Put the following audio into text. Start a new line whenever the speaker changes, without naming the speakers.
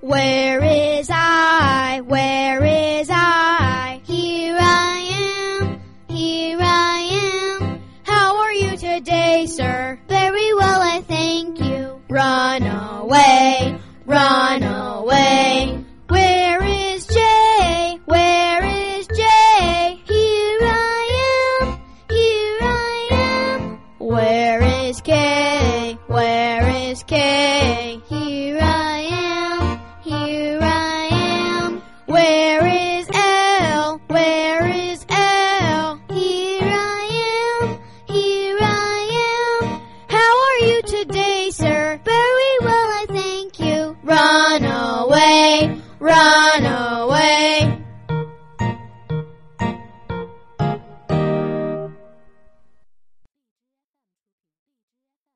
Where is I? Where is I? Here I am. Here I am. How are you today, sir? Very well, I thank you. Run away. Run away. Where is Jay? Where is Jay? Here I am. Here I am. Where is Kay? Where is Kay? Here I am. Here I am. Where is L? Where is L? Here I am. Here I am. How are you today?